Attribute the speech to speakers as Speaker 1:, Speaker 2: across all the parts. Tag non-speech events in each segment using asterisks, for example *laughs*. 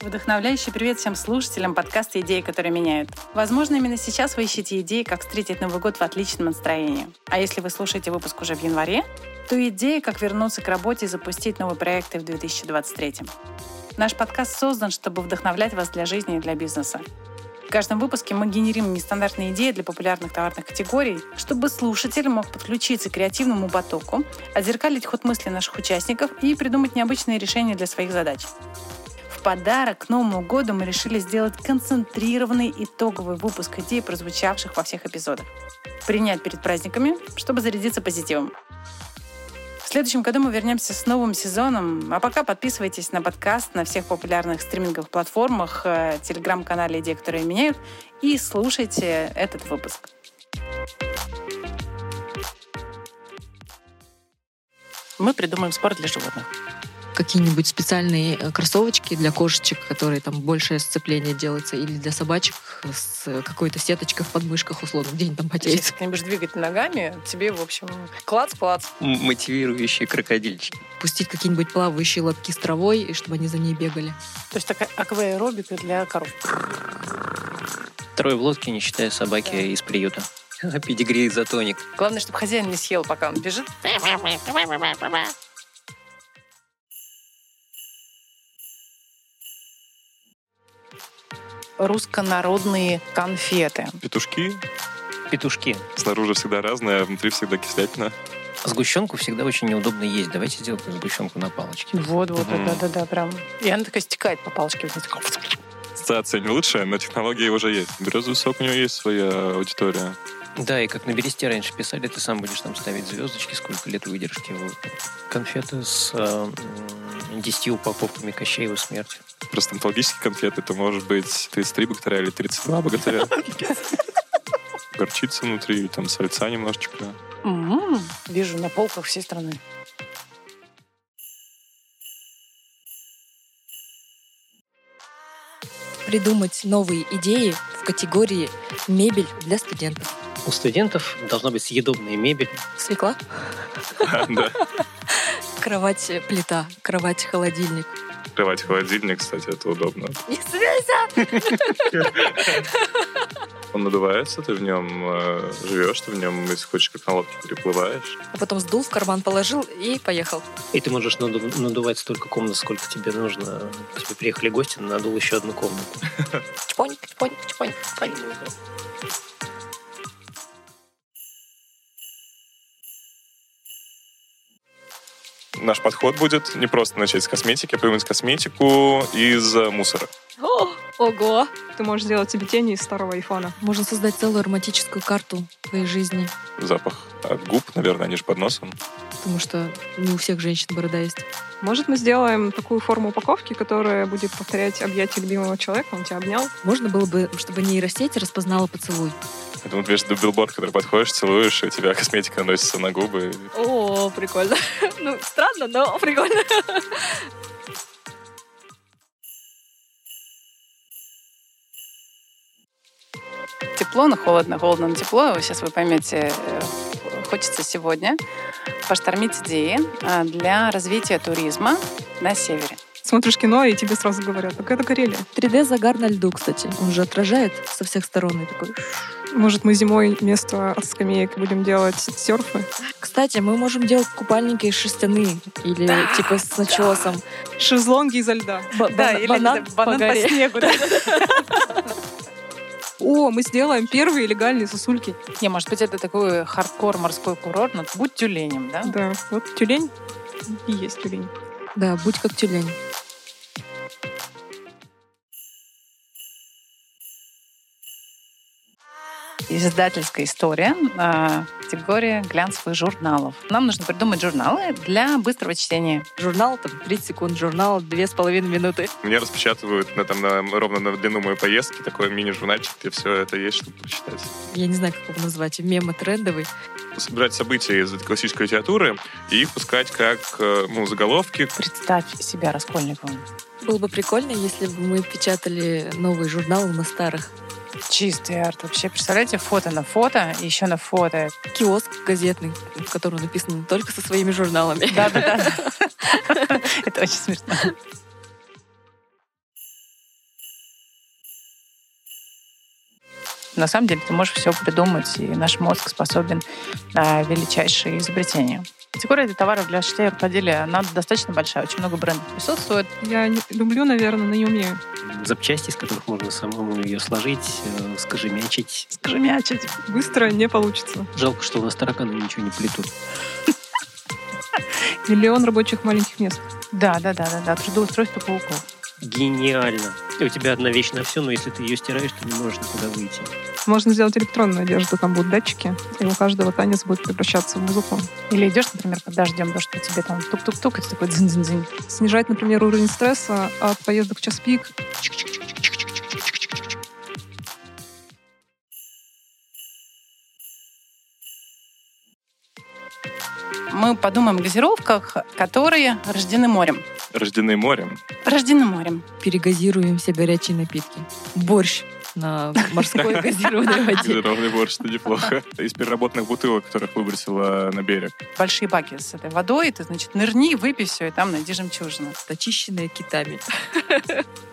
Speaker 1: Вдохновляющий привет всем слушателям подкаста «Идеи, которые меняют». Возможно, именно сейчас вы ищете идеи, как встретить Новый год в отличном настроении. А если вы слушаете выпуск уже в январе, то идеи, как вернуться к работе и запустить новые проекты в 2023. Наш подкаст создан, чтобы вдохновлять вас для жизни и для бизнеса. В каждом выпуске мы генерим нестандартные идеи для популярных товарных категорий, чтобы слушатель мог подключиться к креативному потоку, отзеркалить ход мысли наших участников и придумать необычные решения для своих задач. В подарок к Новому году мы решили сделать концентрированный итоговый выпуск идей, прозвучавших во всех эпизодах. Принять перед праздниками, чтобы зарядиться позитивом. В следующем году мы вернемся с новым сезоном. А пока подписывайтесь на подкаст на всех популярных стриминговых платформах, э, телеграм-канале «Идеи, которые меняют» и слушайте этот выпуск. Мы придумаем спорт для животных.
Speaker 2: какие-нибудь специальные э, кроссовочки для кошечек, которые там большее сцепление делается, или для собачек с э, какой-то сеточкой в подмышках, условно, где они там
Speaker 3: Если
Speaker 2: потеют.
Speaker 3: ты не будешь двигать ногами, тебе, в общем, клац-клац.
Speaker 4: М- Мотивирующие крокодильчики.
Speaker 2: Пустить какие-нибудь плавающие лапки с травой, и чтобы они за ней бегали.
Speaker 3: То есть такая акваэробика для коров.
Speaker 4: Трое в лодке, не считая собаки
Speaker 3: Да.
Speaker 4: из приюта. *laughs* Педигри изотоник.
Speaker 3: Главное, чтобы хозяин не съел, пока он бежит. Руссконародные конфеты.
Speaker 5: Петушки.
Speaker 4: Петушки.
Speaker 5: Снаружи всегда разное, а внутри всегда кислятина.
Speaker 4: Сгущенку всегда очень неудобно есть. Давайте сделаем сгущенку на палочке.
Speaker 3: Вот, вот,
Speaker 5: Мгм.
Speaker 3: да, да, да, прям. И она такая стекает по палочке. вниз.
Speaker 5: Ассоциация не лучшая, но технологии уже есть. Березовый сок у него есть своя аудитория.
Speaker 4: Да, и как на бересте раньше писали, ты сам будешь там ставить звездочки, сколько лет выдержки. Вот. Конфеты с э, десятью упаковками Кощеева смерти.
Speaker 5: Просто онтологические конфеты, это может быть 33 богатыря или 32 *laughs* богатыря. Горчица внутри, там сальца немножечко.
Speaker 3: М, Вижу на полках всей страны.
Speaker 2: Придумать новые идеи в категории мебель для студентов.
Speaker 4: У студентов должна быть съедобная мебель.
Speaker 2: Свекла,
Speaker 5: *laughs* Да.
Speaker 2: кровать, э, плита, кровать, холодильник. *laughs*
Speaker 5: Открывать холодильник, кстати, это удобно.
Speaker 2: Не связь!
Speaker 5: Он надувается, ты в нем э, живешь, ты в нем, если хочешь, как на лодке переплываешь.
Speaker 2: А потом сдул в карман, положил и поехал.
Speaker 4: И ты можешь наду- надувать столько комнат, сколько тебе нужно. К тебе приехали гости, надул еще одну комнату.
Speaker 2: Чпоник, чпоник, чпоник, чпоник.
Speaker 5: Наш подход будет не просто начать с косметики, а придумать косметику из э, мусора.
Speaker 6: О, ого! Ты можешь сделать себе тени из старого айфона.
Speaker 2: Можно создать целую ароматическую карту твоей жизни,
Speaker 5: Запах от губ, наверное, они же под носом.
Speaker 2: потому что не у всех женщин борода есть.
Speaker 6: Может, мы сделаем такую форму упаковки, которая будет повторять объятие любимого человека, он тебя обнял.
Speaker 2: Можно было бы, чтобы нейросеть распознала поцелуй.
Speaker 5: Это вот видишь, билборд, который подходишь, целуешь, и у тебя *laughs* косметика наносится на губы.
Speaker 6: О, прикольно. *laughs* Ну, странно, но прикольно.
Speaker 1: Тепло, но холодно, холодно, но тепло. Сейчас вы поймете, э, хочется сегодня поштормить идеи э, для развития туризма на севере.
Speaker 6: Смотришь кино, и тебе сразу говорят, так это Карелия.
Speaker 2: 3D-загар на льду, кстати. Он же отражает со всех сторон. И такой.
Speaker 6: Может, мы зимой вместо скамеек будем делать серфы?
Speaker 2: Кстати, мы можем делать купальники шерстяные или типа с начесом.
Speaker 6: Шезлонги изо льда.
Speaker 2: Ба- бана-
Speaker 3: или
Speaker 2: банан,
Speaker 3: это
Speaker 2: по горе.
Speaker 3: снегу.
Speaker 1: *laughs*
Speaker 3: да.
Speaker 6: О, мы сделаем первые легальные сосульки.
Speaker 1: Не, может быть, это такой хардкор морской курорт, но будь тюленем, да?
Speaker 6: Да, вот тюлень и есть тюлень.
Speaker 2: Да, будь как тюлень.
Speaker 1: Издательская история, э, категория глянцевых журналов. Нам нужно придумать журналы для быстрого чтения.
Speaker 2: Журнал там 30 секунд, журнал 2,5 минуты.
Speaker 5: Мне распечатывают на, там, на- ровно на длину моей поездки такой мини-журнальчик, где все это есть, чтобы прочитать.
Speaker 2: Я не знаю, как его назвать. Мемо трендовый.
Speaker 5: Собирать события из классической литературы и их пускать как э, ну, заголовки.
Speaker 1: Представь себя Раскольниковым.
Speaker 2: Было бы прикольно, если бы мы печатали новые журналы на старых.
Speaker 1: Чистый арт. Вообще, представляете, фото на фото, и еще на фото.
Speaker 2: Киоск газетный, в котором написано только со своими журналами.
Speaker 1: Да-да-да. Это очень смешно.
Speaker 3: На самом деле ты можешь все придумать, и наш мозг способен на величайшие изобретения. Категория для товаров для шитья и рукоделия, она достаточно большая, очень много брендов присутствует.
Speaker 6: Я не люблю, наверное, но не умею.
Speaker 4: Запчасти, из которых можно самому ее сложить, э, скажемячить.
Speaker 3: Скажемячить.
Speaker 6: Быстро не получится.
Speaker 4: Жалко, что у нас тараканы ничего не плетут.
Speaker 6: Миллион рабочих маленьких мест.
Speaker 3: Да, да, да, да, да, трудоустройство пауков.
Speaker 4: Гениально. И у тебя одна вещь на все, но если ты ее стираешь, ты не можешь никуда выйти.
Speaker 6: Можно сделать электронную одежду, там будут датчики, и у каждого танец будет превращаться в музыку.
Speaker 3: Или идешь, например, под дождем, то, что тебе там тук-тук-тук, и ты такой дзинь-дзинь-дзинь.
Speaker 6: Снижать, например, уровень стресса от поездок в час пик.
Speaker 1: Мы подумаем о газировках, которые рождены морем.
Speaker 5: Рождены морем.
Speaker 1: Рождены морем.
Speaker 2: Перегазируем все горячие напитки. Борщ на *laughs* морской газированной воде.
Speaker 5: Газированный борщ, это неплохо. *laughs* Из переработанных бутылок, которых выбросила на берег.
Speaker 1: Большие баки с этой водой, и ты, значит, нырни, выпей все, и там найди жемчужину.
Speaker 2: Очищенные китами.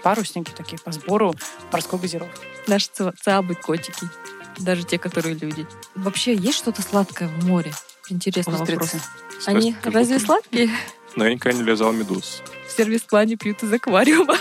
Speaker 1: Парусники такие по сбору морской газировки.
Speaker 2: Наши ца- цабы, котики. Даже те, которые люди. Вообще, есть что-то сладкое в море? Интересный вопрос.
Speaker 1: Устрицы.
Speaker 2: Они
Speaker 5: Как будто-
Speaker 2: разве сладкие?
Speaker 5: Но я никогда не лизал медуз.
Speaker 2: В сервис-плане пьют из аквариума.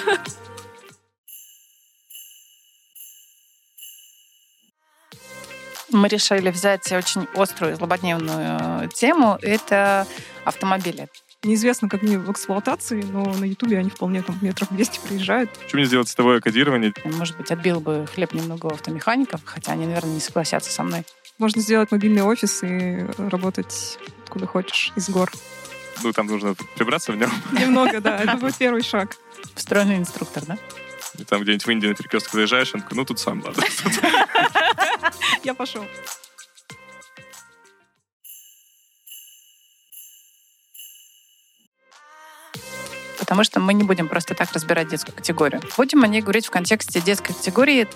Speaker 3: Мы решили взять очень острую, злободневную э, тему. Это автомобили.
Speaker 6: Неизвестно, как они в эксплуатации, но на Ютубе они вполне там метров 200 приезжают.
Speaker 5: Что мне сделать с тобой кодирование?
Speaker 3: Может быть, отбил бы хлеб немного у автомехаников, хотя они, наверное, не согласятся со мной.
Speaker 6: Можно сделать мобильный офис и работать откуда хочешь, из гор.
Speaker 5: Ну, там нужно прибраться в нем.
Speaker 6: Немного, да, *laughs* это будет первый шаг.
Speaker 3: Встроенный инструктор, да?
Speaker 5: И там где-нибудь в Индии на перекресток заезжаешь, он такой, ну, тут сам надо.
Speaker 6: Я пошел.
Speaker 3: Потому что мы не будем просто так разбирать детскую категорию. Будем о ней говорить в контексте детской категории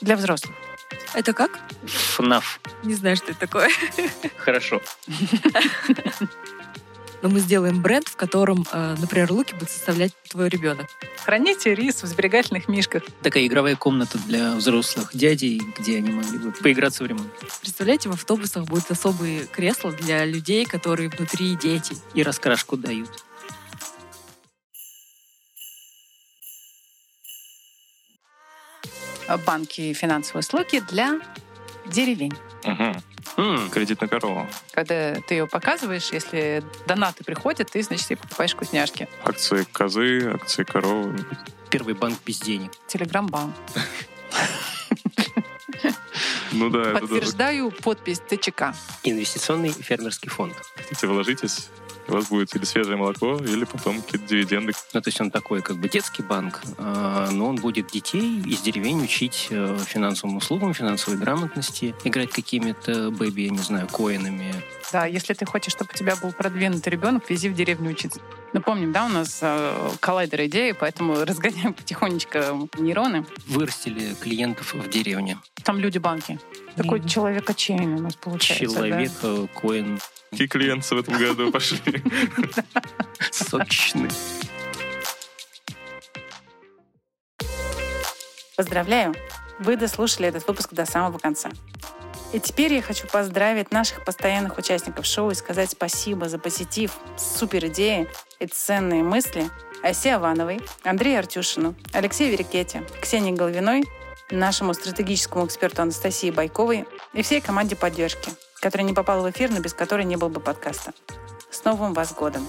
Speaker 3: для взрослых.
Speaker 2: *laughs* Это как?
Speaker 4: ФНАФ.
Speaker 2: Не знаю, что это такое.
Speaker 4: Хорошо.
Speaker 2: Но мы сделаем бренд, в котором, э, например, луки будет составлять твой ребенок.
Speaker 3: Храните рис в сберегательных мишках.
Speaker 4: Такая игровая комната для взрослых дядей, где они могли бы поиграться в ремонт.
Speaker 2: Представляете, в автобусах будут особые кресла для людей, которые внутри дети.
Speaker 4: И раскрашку дают.
Speaker 3: э, Банки и финансовые услуги для деревень.
Speaker 5: Мгм.
Speaker 4: М,
Speaker 5: Кредит на корову.
Speaker 3: Когда ты ее показываешь, если донаты приходят, ты, значит, ей покупаешь вкусняшки.
Speaker 5: Акции козы, акции коровы.
Speaker 4: Первый банк без денег.
Speaker 3: Телеграм-банк.
Speaker 5: Ну да, это даже...
Speaker 3: Подтверждаю подпись ТЧК.
Speaker 4: Инвестиционный и фермерский фонд.
Speaker 5: Хотите, вложитесь, у вас будет или свежее молоко, или потом какие-то дивиденды.
Speaker 4: Ну, то есть он такой как бы детский банк, а, но он будет детей из деревень учить э, финансовым услугам, финансовой грамотности, играть какими-то бэби, я не знаю, коинами.
Speaker 3: Да, если ты хочешь, чтобы у тебя был продвинутый ребенок, вези в деревню учиться. Напомним, да, у нас э, коллайдер идеи, поэтому *laughs* разгоняем потихонечку нейроны.
Speaker 4: Вырастили клиентов в деревне.
Speaker 3: Там люди-банки. Такой
Speaker 2: Мгм.
Speaker 3: человека у нас получается. да.
Speaker 4: Человек, э, коин,
Speaker 5: Какие клиенты в этом году пошли?
Speaker 4: сочный.
Speaker 1: Поздравляю! Вы дослушали этот выпуск до самого конца. И теперь я хочу поздравить наших постоянных участников шоу и сказать спасибо за позитив, супер идеи и ценные мысли Асе Авановой, Андрею Артюшину, Алексею Верикете, Ксении Головиной, нашему стратегическому эксперту Анастасии Байковой и всей команде поддержки, которая не попала в эфир, но без которой не было бы подкаста. С Новым вас годом!